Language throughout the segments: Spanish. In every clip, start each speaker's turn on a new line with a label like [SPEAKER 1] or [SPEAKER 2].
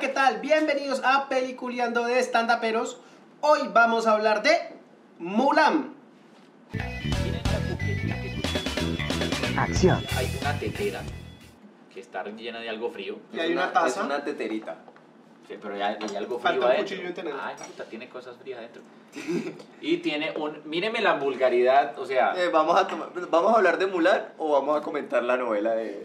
[SPEAKER 1] ¿qué tal? Bienvenidos a Peliculeando de Standaperos. Hoy vamos a hablar de Mulan.
[SPEAKER 2] Acción.
[SPEAKER 3] Hay una tetera que está llena de algo frío.
[SPEAKER 1] Y hay una taza.
[SPEAKER 4] Es una teterita.
[SPEAKER 3] Sí, pero ya hay algo
[SPEAKER 1] Falta
[SPEAKER 3] frío
[SPEAKER 1] un
[SPEAKER 3] adentro.
[SPEAKER 1] cuchillo en tener.
[SPEAKER 3] Ay, puta, tiene cosas frías adentro. y tiene un. Míreme la vulgaridad, o sea,
[SPEAKER 4] Eh, vamos, a tomar- ¿Vamos a hablar de Mulan o vamos a comentar la novela de...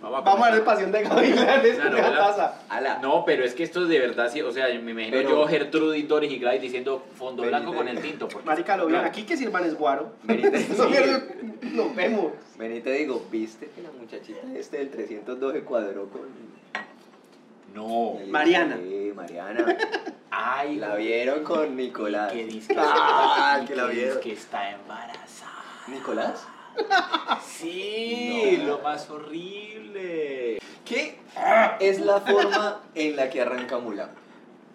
[SPEAKER 3] vamos
[SPEAKER 1] Vamos a ver el
[SPEAKER 3] comentar.
[SPEAKER 1] pasión de Gavilanes
[SPEAKER 3] Ah, Claro,
[SPEAKER 1] en la
[SPEAKER 3] ¿verdad?
[SPEAKER 1] taza.
[SPEAKER 4] Ala.
[SPEAKER 3] No, pero es que esto es de verdad, sí, o sea, me imagino
[SPEAKER 4] Pero-
[SPEAKER 3] yo Gertrude y Doris y Gladys diciendo fondo
[SPEAKER 4] Ven,
[SPEAKER 3] blanco
[SPEAKER 4] ven.
[SPEAKER 3] con el tinto. porque-
[SPEAKER 1] Marica, lo vieron
[SPEAKER 3] Claro.
[SPEAKER 1] aquí que sirvan es guaro.
[SPEAKER 4] Ven y te-
[SPEAKER 1] Eso vieron, Nos vemos.
[SPEAKER 4] Ven y te digo, ¿viste que la muchachita este del 312 cuadró con...
[SPEAKER 3] No.
[SPEAKER 1] Mariana.
[SPEAKER 4] Sí, Mariana.
[SPEAKER 3] Ay,
[SPEAKER 4] La vieron con Nicolás.
[SPEAKER 3] Que dice
[SPEAKER 4] Ah, que la vieron.
[SPEAKER 3] que está embarazada.
[SPEAKER 4] ¿Nicolás?
[SPEAKER 3] Sí,
[SPEAKER 4] No.
[SPEAKER 3] lo más horrible.
[SPEAKER 4] ¿Qué es la forma en la que arranca Mulan?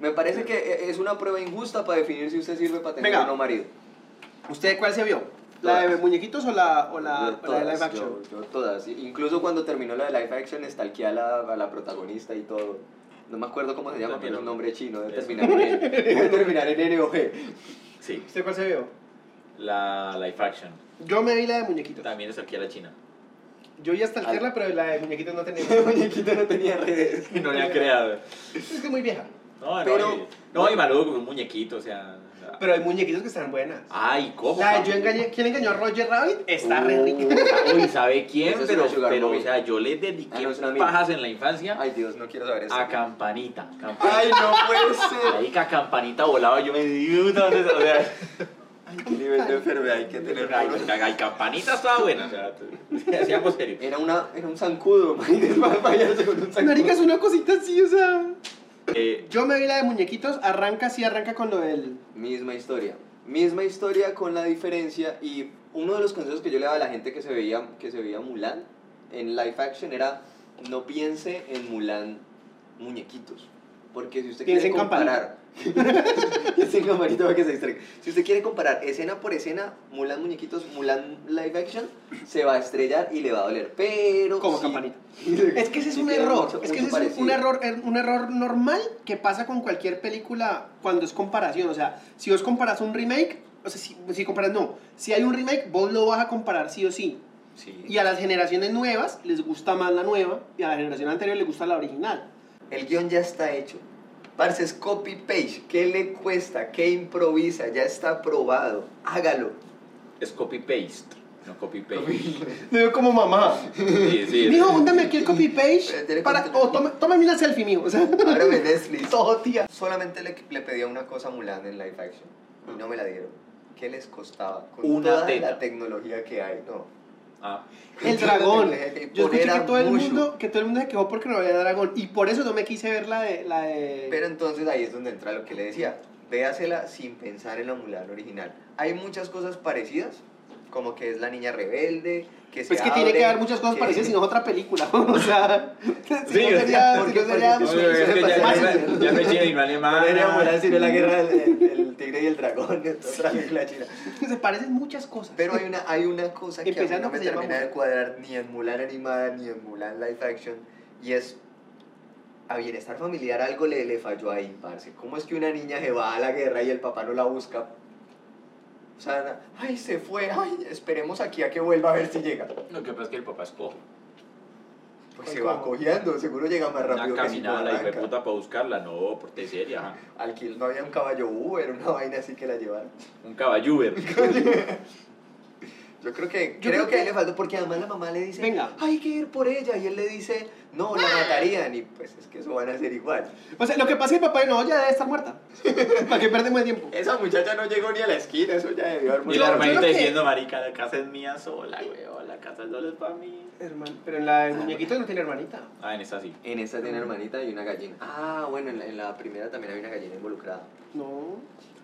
[SPEAKER 4] Me parece que e- es una prueba injusta para definir si usted sirve para tener
[SPEAKER 1] Venga.
[SPEAKER 4] o no marido.
[SPEAKER 1] ¿Usted cuál se vio? ¿La de
[SPEAKER 4] Todas.
[SPEAKER 1] muñequitos o la, o la,
[SPEAKER 4] Yo
[SPEAKER 1] o la de live
[SPEAKER 4] todas,
[SPEAKER 1] action?
[SPEAKER 4] Yo, yo todas. Incluso cuando terminó la de live action, estalqué a la, a la protagonista y todo. No me acuerdo cómo se llama, pero es un nombre chino. Debe
[SPEAKER 3] Eso.
[SPEAKER 4] terminar en, N- debe terminar en N o G.
[SPEAKER 3] Sí,
[SPEAKER 1] ¿Usted cuál se vio?
[SPEAKER 3] la Life Action.
[SPEAKER 1] Yo me vi la de muñequitos.
[SPEAKER 3] También es aquí a la China.
[SPEAKER 1] Yo ya hasta alquerla, pero la de muñequitos no tenía.
[SPEAKER 4] El muñequito no tenía redes.
[SPEAKER 3] No le han creado.
[SPEAKER 1] es que es muy vieja.
[SPEAKER 3] No, no,
[SPEAKER 4] Pero-
[SPEAKER 3] y- no, y Maluco, un muñequito, o sea.
[SPEAKER 1] Pero hay muñequitos que están buenas.
[SPEAKER 3] Ay, ¿cómo?
[SPEAKER 1] La de yo engañé, ¿quién engañó a Roger Rabbit? Está re
[SPEAKER 4] Uh,
[SPEAKER 1] rica.
[SPEAKER 3] Uy, ¿sabe quién?
[SPEAKER 4] Esa es
[SPEAKER 3] Pero,
[SPEAKER 4] una sugar
[SPEAKER 3] pero o
[SPEAKER 4] mommy.
[SPEAKER 3] sea, yo le
[SPEAKER 4] Ah,
[SPEAKER 3] dediqué
[SPEAKER 4] no, es una amiga.
[SPEAKER 3] pajas en la infancia
[SPEAKER 4] Ay, Dios, no quiero saber eso.
[SPEAKER 3] a Campanita. Campanita.
[SPEAKER 4] Ay, no puede ser.
[SPEAKER 3] Ahí que a Campanita volaba, yo me di una vez, o sea,
[SPEAKER 4] Ay, qué nivel de enfermedad hay que tener.
[SPEAKER 3] ay,
[SPEAKER 4] bro.
[SPEAKER 3] ay, Campanita estaba buena, o sea, te- hacíamos serio.
[SPEAKER 4] Era, una, era un zancudo, imagínese, va a fallarse con un zancudo.
[SPEAKER 1] Marica, es una cosita así, o sea.
[SPEAKER 3] Eh,
[SPEAKER 1] Yo me vi la de muñequitos, arranca así, arranca con lo del.
[SPEAKER 4] Misma historia. Misma historia con la diferencia y uno de los consejos que yo le daba a la gente que se veía, que se veía Mulan en live action era no piense en Mulan muñequitos. Porque si usted
[SPEAKER 1] Piense
[SPEAKER 4] quiere
[SPEAKER 1] en
[SPEAKER 4] comparar... Piense en campanita para que se distraiga. Si usted quiere comparar escena por escena, Mulan muñequitos, Mulan live action, se va a estrellar y le va a doler. Pero...
[SPEAKER 1] Como
[SPEAKER 4] sí-
[SPEAKER 1] Campanita. Es que ese es
[SPEAKER 4] sí
[SPEAKER 1] un
[SPEAKER 4] tiene
[SPEAKER 1] error.
[SPEAKER 4] mucho-
[SPEAKER 1] es que
[SPEAKER 4] mucho
[SPEAKER 1] ese es
[SPEAKER 4] parecido.
[SPEAKER 1] un error, er- un error normal que pasa con cualquier película cuando es comparación. O sea, si vos comparas un remake, o sea, si, si comparas, no. Si hay un remake, vos lo vas a comparar sí o sí.
[SPEAKER 4] Sí.
[SPEAKER 1] Y a las generaciones nuevas les gusta más la nueva y a la generación anterior les gusta la original.
[SPEAKER 4] El guión ya está hecho. Parce, es copy-paste. ¿Qué le cuesta? ¿Qué improvisa? Ya está probado. Hágalo.
[SPEAKER 3] es copy-paste, no copy-paste.
[SPEAKER 1] Veo como mamá.
[SPEAKER 3] Sí, sí, es-
[SPEAKER 1] Mijo, úndame aquí el copy
[SPEAKER 4] Eh,
[SPEAKER 1] page
[SPEAKER 4] tiene
[SPEAKER 1] para.
[SPEAKER 4] control.
[SPEAKER 1] O tome- tómame una selfie, mijo. O sea,
[SPEAKER 4] Ahora me desliz.
[SPEAKER 1] todo, tía.
[SPEAKER 4] Solamente le, le pedía una cosa a Mulan en live action
[SPEAKER 1] Ah.
[SPEAKER 4] y no me la dieron. ¿Qué les costaba? Con
[SPEAKER 3] Una
[SPEAKER 4] toda
[SPEAKER 3] teta.
[SPEAKER 4] la tecnología que hay, no.
[SPEAKER 3] Ah,
[SPEAKER 1] El
[SPEAKER 4] Entonces,
[SPEAKER 1] dragón.
[SPEAKER 4] le dije,
[SPEAKER 1] Yo escuché
[SPEAKER 4] poner
[SPEAKER 1] que
[SPEAKER 4] a
[SPEAKER 1] todo el
[SPEAKER 4] Mushu.
[SPEAKER 1] mundo, que todo el mundo se quejó porque no había dragón. Y por eso no me quise ver la de. La de...
[SPEAKER 4] Pero entonces ahí es donde entra lo que le decía. Véasela sin pensar en la Mulan original. Hay muchas cosas parecidas, como que es la niña rebelde, que se
[SPEAKER 1] pues es que tiene
[SPEAKER 4] abre,
[SPEAKER 1] que haber muchas cosas
[SPEAKER 4] que-
[SPEAKER 1] parecidas, sino es otra película. O sea, si no
[SPEAKER 3] Sí, o sea,
[SPEAKER 1] sería- si
[SPEAKER 4] porque-
[SPEAKER 1] no sería-
[SPEAKER 4] porque-
[SPEAKER 3] No, no, es que ya-
[SPEAKER 1] Más-
[SPEAKER 3] ya- ya no es China ni no
[SPEAKER 4] No era
[SPEAKER 3] alemana.
[SPEAKER 4] Mulan, sino la guerra del, del- del tigre y el dragón, otra vez la china.
[SPEAKER 1] Se parecen muchas cosas.
[SPEAKER 4] Pero hay una, hay una cosa que a mí
[SPEAKER 1] Empezando
[SPEAKER 4] no me
[SPEAKER 1] que se llama
[SPEAKER 4] termina de
[SPEAKER 1] Mulan.
[SPEAKER 4] cuadrar ni en Mulan animada ni en Mulan live action y es a bienestar familiar algo le, le falló ahí, parce. ¿Cómo es que una niña se va a la guerra y el papá no la busca? O sea, na- ay, se fue, ay, esperemos aquí a que vuelva a ver si llega.
[SPEAKER 3] Lo que pasa es que el papá es cojo.
[SPEAKER 4] Pues se va cojeando, seguro llega más
[SPEAKER 3] Una
[SPEAKER 4] rápido que si no
[SPEAKER 3] caminada, la hija de
[SPEAKER 4] arranca.
[SPEAKER 3] puta, para buscarla. No, porque seria. ajá.
[SPEAKER 4] Alquil, no había un caballo Uber, una vaina así que la llevaron.
[SPEAKER 3] Un caballo Uber.
[SPEAKER 4] Yo creo que,
[SPEAKER 1] Yo
[SPEAKER 4] creo
[SPEAKER 1] creo
[SPEAKER 4] que,
[SPEAKER 1] que-
[SPEAKER 4] a él le faltó porque además la mamá le dice,
[SPEAKER 1] Venga.
[SPEAKER 4] hay que ir por ella. Y él le dice, no, la matarían. Y pues es que eso van a hacer igual.
[SPEAKER 1] O sea, lo que pasa es que el papá no, ya debe estar muerta. ¿Para qué perdemos el tiempo?
[SPEAKER 4] Esa muchacha no llegó ni a la esquina, eso ya debió haber
[SPEAKER 1] Yo- yo
[SPEAKER 3] Y la
[SPEAKER 4] muerto.
[SPEAKER 3] hermanita
[SPEAKER 1] creo que-
[SPEAKER 3] diciendo, marica, la casa es mía sola, weón. La casa solo es para mí.
[SPEAKER 1] Hermano, pero en la del muñequito no tiene hermanita.
[SPEAKER 3] Ah, en esta sí.
[SPEAKER 4] En esta tiene hermanita y una gallina. Ah, bueno, en la, en la primera también hay una gallina involucrada.
[SPEAKER 1] No.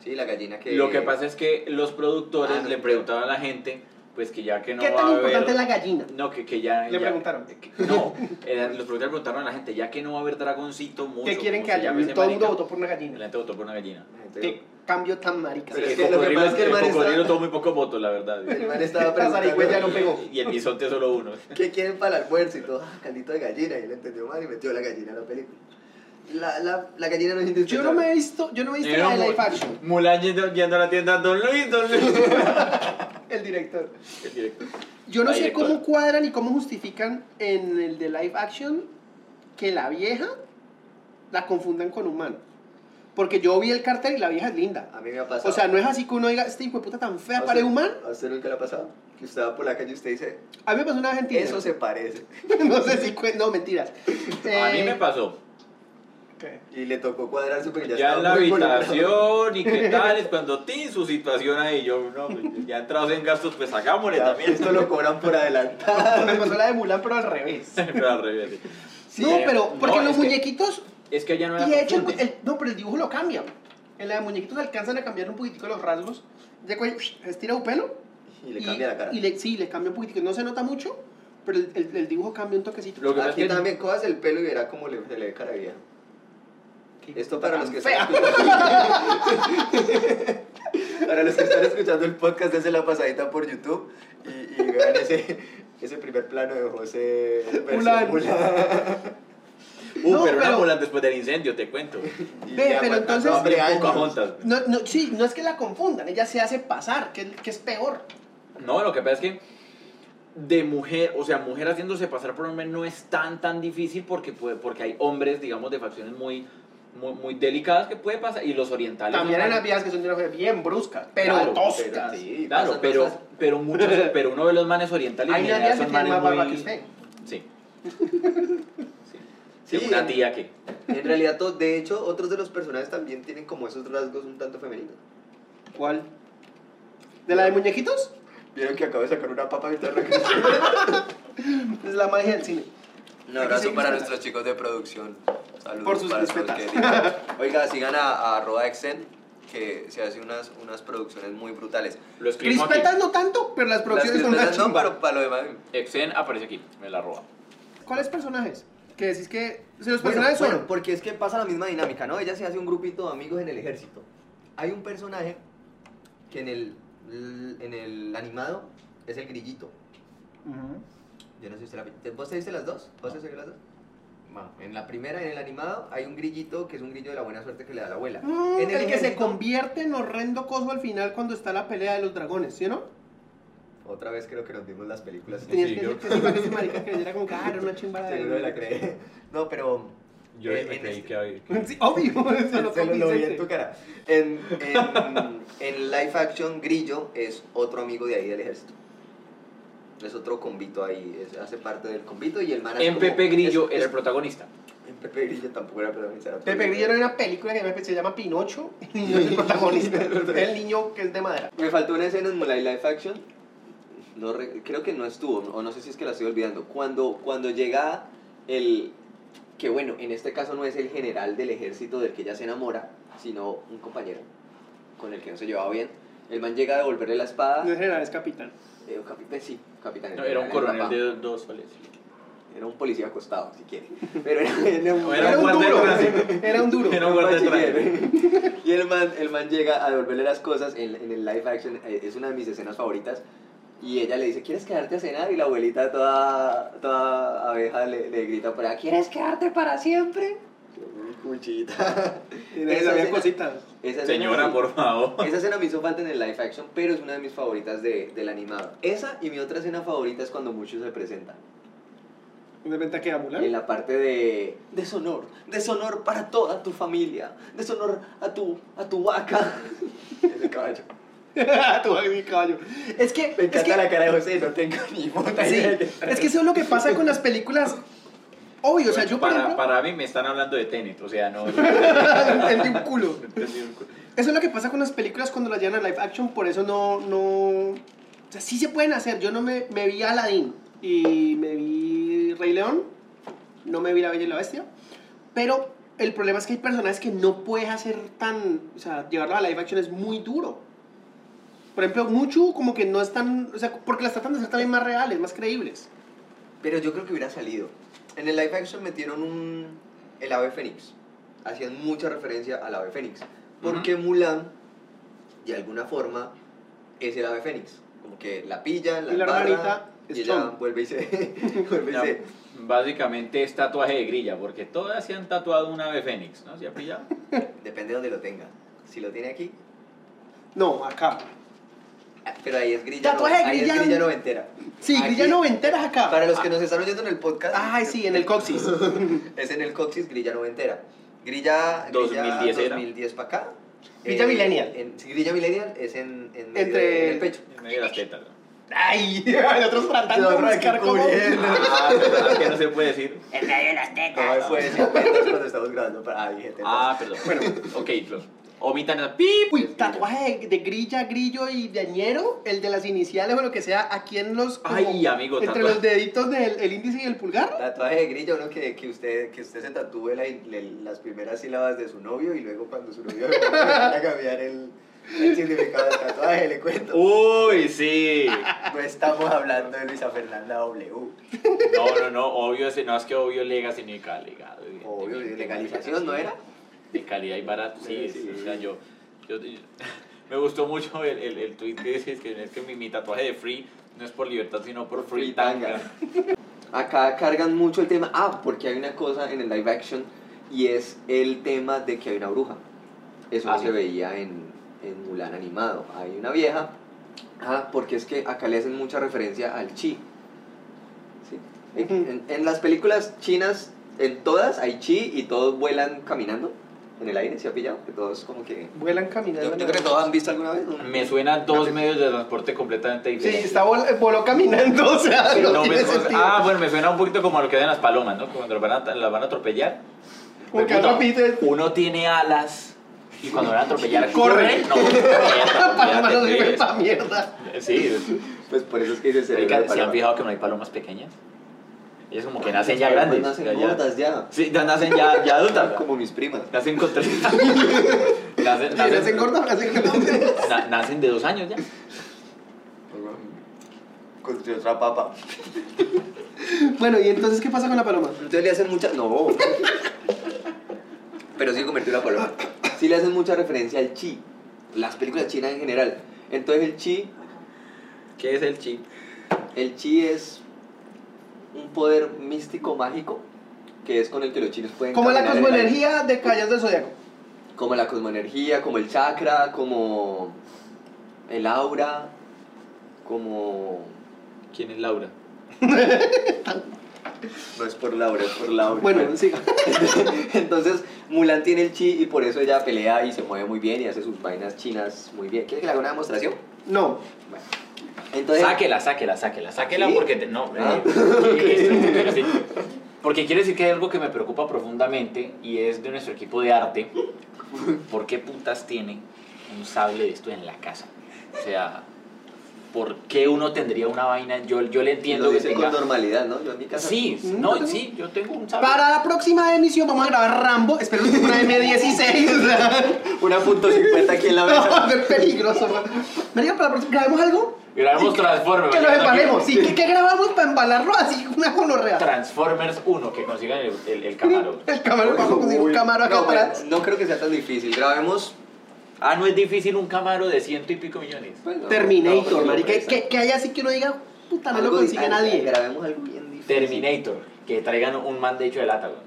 [SPEAKER 4] Sí, la gallina que...
[SPEAKER 3] Lo que pasa es que los productores
[SPEAKER 4] Ah, no.
[SPEAKER 3] le preguntaban a la gente, pues que ya que no
[SPEAKER 1] ¿Qué
[SPEAKER 3] va
[SPEAKER 1] tan
[SPEAKER 3] a
[SPEAKER 1] importante es
[SPEAKER 3] haber...
[SPEAKER 1] la gallina?
[SPEAKER 3] No, que, que ya...
[SPEAKER 1] Le
[SPEAKER 3] ya-
[SPEAKER 1] preguntaron.
[SPEAKER 3] que- no, eh, los productores preguntaron a la gente, ya que no va a haber dragoncito mucho...
[SPEAKER 1] ¿Qué quieren que
[SPEAKER 3] como se
[SPEAKER 1] haya?
[SPEAKER 3] llama ese
[SPEAKER 1] Todo el mundo
[SPEAKER 3] marica,
[SPEAKER 1] votó por una
[SPEAKER 3] La
[SPEAKER 1] gallina.
[SPEAKER 3] gente votó por una gallina.
[SPEAKER 1] ¿Qué cambio tan marica?
[SPEAKER 4] Pero
[SPEAKER 3] Sí,
[SPEAKER 4] es
[SPEAKER 3] el
[SPEAKER 4] que lo que
[SPEAKER 3] cocodrilo-
[SPEAKER 4] pasa es que el
[SPEAKER 3] el
[SPEAKER 4] man está-
[SPEAKER 3] cocodrilo tuvo muy pocos votos, la verdad.
[SPEAKER 4] El man pues estaba
[SPEAKER 1] La zarigüeya
[SPEAKER 4] preguntando,
[SPEAKER 1] no pegó.
[SPEAKER 3] Y el bisonte solo uno.
[SPEAKER 4] ¿qué quieren para el almuerzo? Y todo, ah, caldito de gallina. Y él entendió mal y metió la gallina en la película. La, la, la gallina no es
[SPEAKER 1] Yo no
[SPEAKER 4] indispensable.
[SPEAKER 1] me he visto, yo no me he visto la de live action.
[SPEAKER 3] Mulan yendo, guiando a la tienda Don Luis, Don Luis.
[SPEAKER 1] El director.
[SPEAKER 3] El director.
[SPEAKER 1] Yo no
[SPEAKER 3] La
[SPEAKER 1] sé
[SPEAKER 3] directora.
[SPEAKER 1] cómo cuadran y cómo justifican en el de live action que la vieja la confundan con un man. Porque yo vi el cartel y la vieja es linda.
[SPEAKER 4] A mí me ha pasado.
[SPEAKER 1] O sea, no es así que uno diga, este hijo de puta tan
[SPEAKER 4] ¿A
[SPEAKER 1] fea
[SPEAKER 4] usted-
[SPEAKER 1] para un man.
[SPEAKER 4] ¿A usted nunca le ha pasado? Que usted va por la calle y usted dice,
[SPEAKER 1] A mí me pasó una vez en Tinder.
[SPEAKER 4] eso se parece.
[SPEAKER 1] no sé si cuen- No, mentiras.
[SPEAKER 3] A mí
[SPEAKER 1] Eh,
[SPEAKER 3] me pasó.
[SPEAKER 1] ¿qué?
[SPEAKER 4] Y le tocó cuadrarse porque ya,
[SPEAKER 3] Ya
[SPEAKER 4] estaba
[SPEAKER 3] en la
[SPEAKER 4] muy involucrado.
[SPEAKER 3] habitación y qué tal, es cuando ti su situación ahí. Yo, no, pues, ya entrados en gastos, pues hagámosle
[SPEAKER 4] Ya,
[SPEAKER 3] también.
[SPEAKER 4] Esto lo cobran por adelantado.
[SPEAKER 1] Me pasó la de Mulan, pero al revés.
[SPEAKER 3] Pero al revés. Sí,
[SPEAKER 1] no,
[SPEAKER 3] eh,
[SPEAKER 1] pero porque
[SPEAKER 3] no,
[SPEAKER 1] los
[SPEAKER 3] es que-
[SPEAKER 1] muñequitos.
[SPEAKER 3] Es que ya
[SPEAKER 1] y
[SPEAKER 3] no era
[SPEAKER 1] de hecho, el- el- no, pero el dibujo lo cambia. En la de muñequitos alcanzan a cambiar un poquitico los rasgos. Ya cuando estira un pelo.
[SPEAKER 4] Y le cambia la cara.
[SPEAKER 1] y le- sí, le cambia un poquitico. No se nota mucho, pero el, el- el dibujo cambia un toquecito.
[SPEAKER 3] Lo que pasa es
[SPEAKER 4] Aquí
[SPEAKER 3] que
[SPEAKER 4] también cojas el pelo y verá cómo le, se le ve cara vieja.
[SPEAKER 1] Qué
[SPEAKER 4] Esto para los
[SPEAKER 1] tan
[SPEAKER 4] que
[SPEAKER 1] fea.
[SPEAKER 4] están Para los que están escuchando el podcast, desde la pasadita por YouTube y, y vean ese, ese primer plano de José versión
[SPEAKER 1] Mulan.
[SPEAKER 3] Uh,
[SPEAKER 1] No,
[SPEAKER 3] pero una
[SPEAKER 1] pero-
[SPEAKER 3] Mulan después del incendio, te cuento.
[SPEAKER 4] Y
[SPEAKER 1] Ve,
[SPEAKER 4] ya
[SPEAKER 1] pero
[SPEAKER 4] aguantando
[SPEAKER 1] entonces-
[SPEAKER 4] hambre años.
[SPEAKER 3] Pocahontas.
[SPEAKER 1] No, no, sí, no es que la confundan, ella se hace pasar, que, que es peor.
[SPEAKER 3] No, lo que pasa es que de mujer, o sea, mujer haciéndose pasar por hombre no es tan tan difícil porque puede- porque hay hombres, digamos, de facciones muy muy, muy delicadas que puede pasar y los orientales
[SPEAKER 1] También
[SPEAKER 3] no
[SPEAKER 1] hay unas
[SPEAKER 3] tan-
[SPEAKER 1] viejas que son de una- bien bruscas, pero
[SPEAKER 3] Claro,
[SPEAKER 1] toscas.
[SPEAKER 4] pero sí.
[SPEAKER 3] Claro,
[SPEAKER 4] pasan
[SPEAKER 3] pero
[SPEAKER 4] cosas.
[SPEAKER 3] pero muchos, pero uno ve los manes orientales
[SPEAKER 1] Hay
[SPEAKER 3] y
[SPEAKER 1] unas
[SPEAKER 3] ya
[SPEAKER 1] viejas que
[SPEAKER 3] son
[SPEAKER 1] tienen
[SPEAKER 3] manes
[SPEAKER 1] más barba
[SPEAKER 3] muy
[SPEAKER 1] que usted.
[SPEAKER 3] sí. sí.
[SPEAKER 4] Sí,
[SPEAKER 3] Sí, una
[SPEAKER 4] en-
[SPEAKER 3] tía que
[SPEAKER 4] En realidad, to- de hecho, otros de los personajes también tienen como esos rasgos un tanto femeninos.
[SPEAKER 1] ¿Cuál? ¿De la de muñequitos?
[SPEAKER 4] Vieron que acabo de sacar una papa mientras
[SPEAKER 1] Es la magia del cine. Hay
[SPEAKER 4] Un
[SPEAKER 1] que
[SPEAKER 4] abrazo
[SPEAKER 1] seguir respetando.
[SPEAKER 4] para nuestros chicos de producción. Saludos
[SPEAKER 1] Por sus
[SPEAKER 4] para los
[SPEAKER 1] crispetas.
[SPEAKER 4] que editan. Oiga, sigan a, a arroba Exen, que se hace unas, unas producciones muy brutales.
[SPEAKER 3] lo escribimos aquí.
[SPEAKER 1] Crispetas no tanto, pero las producciones
[SPEAKER 4] Las
[SPEAKER 1] son una
[SPEAKER 4] crispetas no,
[SPEAKER 1] chimba.
[SPEAKER 4] pero para lo demás.
[SPEAKER 3] Exen aparece aquí, me la roba.
[SPEAKER 1] ¿Cuáles personajes? Que decís que... Si los
[SPEAKER 4] Bueno,
[SPEAKER 1] personajes
[SPEAKER 4] bueno,
[SPEAKER 1] son...
[SPEAKER 4] porque es que pasa la misma dinámica, ¿no? Ella se hace un grupito de amigos en el ejército. Hay un personaje que en el, en el animado es el grillito.
[SPEAKER 1] Ujú.
[SPEAKER 4] Yo no sé si usted la vi- ¿Vos te viste las dos? ¿Vos te viste las dos? No. En la primera, en el animado, hay un grillito que es un grillo de la buena suerte que le da la abuela.
[SPEAKER 1] Mm,
[SPEAKER 4] en
[SPEAKER 1] el, que se
[SPEAKER 4] ejército-
[SPEAKER 1] convierte en horrendo coso al final cuando está la pelea de los dragones, ¿sí o no?
[SPEAKER 4] Otra vez creo que nos vimos las películas.
[SPEAKER 1] Tenías
[SPEAKER 3] Sí,
[SPEAKER 1] que
[SPEAKER 3] yo-
[SPEAKER 1] decir que sí para que ese marica creyera como que ah, era una chimbada de...
[SPEAKER 4] Seguro de la cree. No, pero. eh, en este-
[SPEAKER 1] Sí, obvio, eso
[SPEAKER 4] Se
[SPEAKER 1] lo
[SPEAKER 4] lo,
[SPEAKER 1] que
[SPEAKER 4] lo vi en
[SPEAKER 1] Vicente.
[SPEAKER 4] tu cara. En, en, en Life Action, Grillo es otro amigo de ahí del ejército. Es otro convito ahí, es- hace parte del convito y el man hace
[SPEAKER 3] En
[SPEAKER 4] como-
[SPEAKER 3] Pepe Grillo
[SPEAKER 4] es-
[SPEAKER 3] era el
[SPEAKER 4] es-
[SPEAKER 3] protagonista.
[SPEAKER 4] En Pepe Grillo tampoco era protagonista. era otro
[SPEAKER 1] Pepe Grillo era una película que me- se llama Pinocho y no es el protagonista, es el niño que es de madera.
[SPEAKER 4] Me faltó una escena en Mulay Life Action. No re- creo que no estuvo, o no sé si es que la estoy olvidando. Cuando, cuando llega el. Que bueno, en este caso no es el general del ejército del que ella se enamora, sino un compañero con el que no se llevaba bien. El man llega a devolverle la espada.
[SPEAKER 1] No es general, es capitán.
[SPEAKER 4] Eh, un capi- eh, sí, capitán.
[SPEAKER 3] No, era un
[SPEAKER 4] el
[SPEAKER 3] coronel
[SPEAKER 4] papá.
[SPEAKER 3] de dos soles.
[SPEAKER 4] Era un policía acostado, si quiere. Pero era, era un.
[SPEAKER 3] Era un guardia
[SPEAKER 1] duro,
[SPEAKER 3] clásico.
[SPEAKER 1] era un duro.
[SPEAKER 3] Era un guardia
[SPEAKER 4] bachiller.
[SPEAKER 3] de
[SPEAKER 4] Y el man, el man llega a devolverle las cosas en, en el live action, eh, es una de mis escenas favoritas. Y ella le dice, ¿quieres quedarte a cenar? Y la abuelita toda, toda abeja le, le grita por ahí, ¿quieres quedarte para siempre? Cuchita.
[SPEAKER 1] Era
[SPEAKER 4] Esa
[SPEAKER 1] había
[SPEAKER 4] escena-
[SPEAKER 1] cositas.
[SPEAKER 4] esa escena
[SPEAKER 3] Señora,
[SPEAKER 4] sí-
[SPEAKER 3] por favor.
[SPEAKER 4] Esa escena me hizo falta en el live action, pero es una de mis favoritas de, del animado. Esa y mi otra escena favorita es cuando muchos se presentan.
[SPEAKER 1] De repente queda Mulan.
[SPEAKER 4] En la parte de deshonor, deshonor para toda tu familia, deshonor a tu, a tu vaca. Ese caballo.
[SPEAKER 1] Tú, ay, mi caballo. Es que,
[SPEAKER 4] Me
[SPEAKER 1] es
[SPEAKER 4] encanta
[SPEAKER 1] que,
[SPEAKER 4] la cara de José, no tengo ni puta
[SPEAKER 1] sí,
[SPEAKER 4] idea.
[SPEAKER 1] es que eso es lo que pasa con las películas. Obvio, o sea, yo por
[SPEAKER 3] para,
[SPEAKER 1] ejemplo,
[SPEAKER 3] para mí me están hablando de Tenet, o sea, no.
[SPEAKER 1] entendí un culo. Eso es lo que pasa con las películas cuando las llevan a live action, por eso no, no... O sea, sí se pueden hacer. Yo no me, me vi Aladdin y me vi Rey León, no me vi La Bella y la Bestia, pero el problema es que hay personajes que no puedes hacer tan... O sea, llevarlo a live action es muy duro. Por ejemplo, Muchu como que no es tan... O sea, porque las tratan de hacer también más reales, más creíbles.
[SPEAKER 4] Pero yo creo que hubiera salido. En el live action metieron un. El ave fénix. Hacían mucha referencia al ave fénix. Porque Mulan, de alguna forma, es el ave fénix. Como que la pillan, la
[SPEAKER 1] y la
[SPEAKER 4] embarran,
[SPEAKER 1] hermanita
[SPEAKER 4] Y ella
[SPEAKER 1] Strong.
[SPEAKER 4] vuelve y se. vuelve y
[SPEAKER 3] Ya,
[SPEAKER 4] se-
[SPEAKER 3] Básicamente es tatuaje de grilla, porque todas se han tatuado una ave fénix, ¿no? ¿Se ha pillado?
[SPEAKER 4] Depende de donde lo tenga. Si lo tiene aquí.
[SPEAKER 1] No, acá.
[SPEAKER 4] ah, Pero ahí es grilla.
[SPEAKER 1] Tatuaje de
[SPEAKER 4] ahí es
[SPEAKER 1] grilla-
[SPEAKER 4] grilla noventera.
[SPEAKER 1] Sí,
[SPEAKER 4] Aquí-
[SPEAKER 1] grilla noventera es acá.
[SPEAKER 4] Para los que nos están oyendo en el podcast.
[SPEAKER 1] Ay, sí, en el coxis.
[SPEAKER 4] Es en el coxis, grilla noventera. Grilla.
[SPEAKER 3] 2010
[SPEAKER 4] grilla
[SPEAKER 3] era.
[SPEAKER 4] 2010 para acá. Eh,
[SPEAKER 1] Grilla millennial.
[SPEAKER 4] en- sí, grilla millennial es en, en medio
[SPEAKER 1] Entre-
[SPEAKER 4] de- en el pecho.
[SPEAKER 3] En medio de las tetas, ¿no?
[SPEAKER 1] Ay, el otro es tratando de buscar cómo...
[SPEAKER 3] Ah, que no se puede decir.
[SPEAKER 2] En medio de las
[SPEAKER 4] No
[SPEAKER 2] tetas.
[SPEAKER 4] me puede decir tetas cuando estamos grabando para. Ay, dije tetas.
[SPEAKER 3] Ah, perdón. Bueno, ok, los omitan esa. ¡Pip!
[SPEAKER 1] Uy, tatuaje de, de grilla, grillo y de añero, el de las iniciales o lo que sea, aquí en los... como-
[SPEAKER 3] Ay, amigo,
[SPEAKER 1] Entre
[SPEAKER 3] tatuaje.
[SPEAKER 1] los deditos del el índice y el pulgar.
[SPEAKER 4] Tatuaje de grilla, uno que, que, usted, que usted se tatúe la- le- las primeras sílabas de su novio y luego cuando su novio le va a cambiar el, el significado del tatuaje, le cuento.
[SPEAKER 3] Uh. Uy, sí.
[SPEAKER 4] No estamos hablando de Luisa Fernanda W.
[SPEAKER 3] No, no, no, obvio, ese- no es que obvio legal significa legal.
[SPEAKER 4] Obvio,
[SPEAKER 3] evidentemente,
[SPEAKER 4] de legalización, ¿no era?
[SPEAKER 3] De calidad y barato, sí,
[SPEAKER 4] Sí,
[SPEAKER 3] sí,
[SPEAKER 4] sí.
[SPEAKER 3] o sea, yo, yo- yo- me gustó mucho el, el, el tweet que dice que es que mi, mi tatuaje de free no es por libertad, sino por free tanga.
[SPEAKER 4] Acá cargan mucho el tema. Ah, porque hay una cosa en el live action y es el tema de que hay una bruja. Eso
[SPEAKER 3] Ah,
[SPEAKER 4] no
[SPEAKER 3] sí.
[SPEAKER 4] se veía en, en Mulan animado. Hay una vieja. Ah, porque es que acá le hacen mucha referencia al chi. ¿Sí? En,
[SPEAKER 1] Ujú.
[SPEAKER 4] en- en las películas chinas, en todas hay chi y todos vuelan caminando en el aire. ¿Se ha pillado? Que todos como que.
[SPEAKER 1] Vuelan caminando.
[SPEAKER 4] Yo, yo creo que todos han visto alguna vez. un-
[SPEAKER 3] Me suena a dos medios de transporte completamente
[SPEAKER 1] Sí,
[SPEAKER 3] diferentes.
[SPEAKER 1] está vol- eh, voló caminando, o sea,
[SPEAKER 3] Sí,
[SPEAKER 1] no,
[SPEAKER 3] no,
[SPEAKER 1] tiene
[SPEAKER 3] me-
[SPEAKER 1] sentido.
[SPEAKER 3] ah, bueno, me suena un poquito como lo que hacen las palomas, ¿no? Que Cuando las van a, las van a atropellar.
[SPEAKER 1] Como que
[SPEAKER 3] Puta,
[SPEAKER 1] repite.
[SPEAKER 3] Uno tiene alas y cuando van a atropellar,
[SPEAKER 1] Corre.
[SPEAKER 3] corre. No, mierda,
[SPEAKER 1] Paloma no
[SPEAKER 3] olvídate
[SPEAKER 1] sirve
[SPEAKER 3] que-
[SPEAKER 1] pa' mierda.
[SPEAKER 3] Sí,
[SPEAKER 4] Pues por eso es que dice
[SPEAKER 3] Oiga,
[SPEAKER 4] cerebro de
[SPEAKER 3] ¿Se han
[SPEAKER 4] paloma.
[SPEAKER 3] fijado que no hay palomas pequeñas? Ellas como que
[SPEAKER 4] Las
[SPEAKER 3] nacen ya
[SPEAKER 4] palomas
[SPEAKER 3] grandes. ya-
[SPEAKER 4] pues, Nacen
[SPEAKER 3] ya-
[SPEAKER 4] gordas ya.
[SPEAKER 3] Sí, ya nacen ya, ya adultas.
[SPEAKER 4] Como mis primas.
[SPEAKER 3] Nacen con tres. nacen,
[SPEAKER 1] Sí, ¿Las
[SPEAKER 3] nacen,
[SPEAKER 1] engordan? ¿Las engordan?
[SPEAKER 3] na- nacen de dos años ya.
[SPEAKER 4] Construyó otra papa.
[SPEAKER 1] Bueno, ¿y entonces qué pasa con la paloma?
[SPEAKER 4] Entonces le hacen mucha. No. Pero sí convirtió la paloma. Sí le hacen mucha referencia al chi. Las películas chinas en general. Entonces el chi.
[SPEAKER 3] ¿Qué es el chi?
[SPEAKER 4] El chi es un poder místico mágico que es con el que los chinos pueden.
[SPEAKER 1] Como la
[SPEAKER 4] caminar en el aire.
[SPEAKER 1] cosmoenergía de Callas del Zodiaco.
[SPEAKER 4] Como la cosmoenergía, como el chakra, como el aura, como.
[SPEAKER 3] ¿Quién es Laura?
[SPEAKER 4] No es por Laura, es por Laura.
[SPEAKER 1] Bueno, siga.
[SPEAKER 4] Entonces, Mulan tiene el chi y por eso ella pelea y se mueve muy bien y hace sus vainas chinas muy bien. ¿Quieres que le haga una demostración?
[SPEAKER 1] No.
[SPEAKER 4] Entonces,
[SPEAKER 3] Sáquela, sáquela, sáquela, sáquela
[SPEAKER 4] ¿Sí?
[SPEAKER 3] porque te- no.
[SPEAKER 4] Ah.
[SPEAKER 3] eh, eh, sí. Porque quiere decir que hay algo que me preocupa profundamente y es de nuestro equipo de arte. ¿Por qué putas tiene un sable de esto en la casa? O sea, ¿por qué uno tendría una vaina? Yo, yo le entiendo
[SPEAKER 4] lo
[SPEAKER 3] que
[SPEAKER 4] dice
[SPEAKER 3] tenga.
[SPEAKER 4] con normalidad, ¿no? Yo en mi casa.
[SPEAKER 3] Sí,
[SPEAKER 1] Mm,
[SPEAKER 3] no,
[SPEAKER 1] tengo-
[SPEAKER 3] sí, yo tengo un sable.
[SPEAKER 1] Para la próxima emisión vamos a grabar Rambo. Espero que una M16. o sea,
[SPEAKER 4] Una punto 50 aquí en la
[SPEAKER 1] Va a
[SPEAKER 4] mesa.
[SPEAKER 1] ser peligroso. man. Marica, para la próxima, grabemos algo
[SPEAKER 3] Grabemos Transformers.
[SPEAKER 1] que nos
[SPEAKER 3] yo no
[SPEAKER 1] embalemos. Sí,
[SPEAKER 3] quiero-
[SPEAKER 1] ¿qué, qué grabamos para embalarlo así? Una gonorrea.
[SPEAKER 3] Transformers 1, que consigan el, el, el camarote.
[SPEAKER 1] El camarón, vamos a conseguir un
[SPEAKER 4] Uy,
[SPEAKER 1] camarón acá
[SPEAKER 4] no, pues, bueno,
[SPEAKER 1] atrás.
[SPEAKER 4] no creo que sea tan difícil. Grabemos.
[SPEAKER 3] Ah, no es difícil un camaro de ciento y pico millones.
[SPEAKER 4] bueno, pues, no,
[SPEAKER 1] Terminator,
[SPEAKER 4] pero
[SPEAKER 1] marica.
[SPEAKER 4] sorpresa.
[SPEAKER 1] Que, que haya así que uno diga, puta, no lo
[SPEAKER 4] Algo-
[SPEAKER 1] consigue
[SPEAKER 4] algo-
[SPEAKER 1] nadie.
[SPEAKER 4] Grabemos algo bien difícil.
[SPEAKER 3] Terminator, que traigan un man de hecho de lata. güey.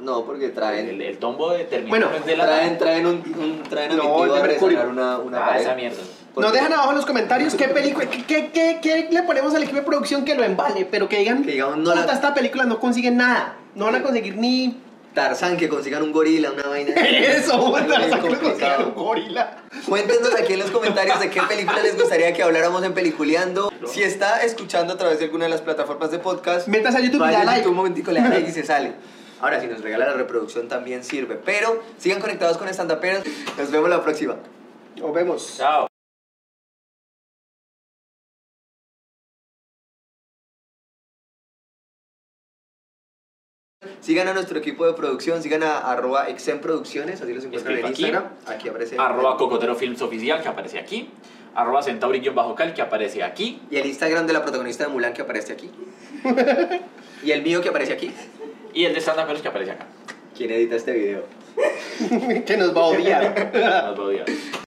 [SPEAKER 4] No, porque traen.
[SPEAKER 3] El, el tombo de Terminator
[SPEAKER 1] Bueno,
[SPEAKER 3] es de lata.
[SPEAKER 4] Traen, traen un, un traen
[SPEAKER 1] No,
[SPEAKER 4] aditivo
[SPEAKER 1] el de
[SPEAKER 4] a
[SPEAKER 1] mercurio.
[SPEAKER 4] resanar una, una
[SPEAKER 3] Ah,
[SPEAKER 4] pared.
[SPEAKER 3] esa mierda.
[SPEAKER 4] Porque-
[SPEAKER 1] Nos dejan abajo en los comentarios qué película, qué, qué, qué- qué le ponemos al equipo de producción que lo embale, pero que digan,
[SPEAKER 4] Que digamos, no
[SPEAKER 1] puta,
[SPEAKER 4] la-
[SPEAKER 1] esta película no consigue nada, no van a conseguir ni
[SPEAKER 4] Tarzán, que consigan un gorila, una vaina.
[SPEAKER 1] eso,
[SPEAKER 4] Algo
[SPEAKER 1] puta,
[SPEAKER 4] bien
[SPEAKER 1] saca lo consigue
[SPEAKER 4] complicado.
[SPEAKER 1] un gorila.
[SPEAKER 4] Cuéntenos aquí en los comentarios de qué película les gustaría que habláramos en Peliculeando. Si está escuchando a través de alguna de las plataformas de podcast,
[SPEAKER 1] Metas a YouTube y
[SPEAKER 4] vaya
[SPEAKER 1] da
[SPEAKER 4] a
[SPEAKER 1] like.
[SPEAKER 4] YouTube un momentico, le da like y se sale. Ahora, si nos regala la reproducción también sirve. Pero sigan conectados con Stand Up Peros. Nos vemos la próxima.
[SPEAKER 1] Nos vemos.
[SPEAKER 3] Chao.
[SPEAKER 4] Sigan a nuestro equipo de producción, sigan a arroba exenproducciones, así los encuentran en
[SPEAKER 3] Escrito aquí.
[SPEAKER 4] Instagram. Aquí aparece.
[SPEAKER 3] Arroba Cocotero Films Oficial, que aparece aquí. Arroba Centauri-Bajo Cal, que aparece aquí.
[SPEAKER 4] Y el Instagram de la protagonista de Mulan que aparece aquí. y el mío que aparece aquí.
[SPEAKER 3] Y el de Stand Up Comedy que aparece acá.
[SPEAKER 4] ¿Quién edita este video?
[SPEAKER 1] que nos va a odiar.
[SPEAKER 3] Nos va a odiar.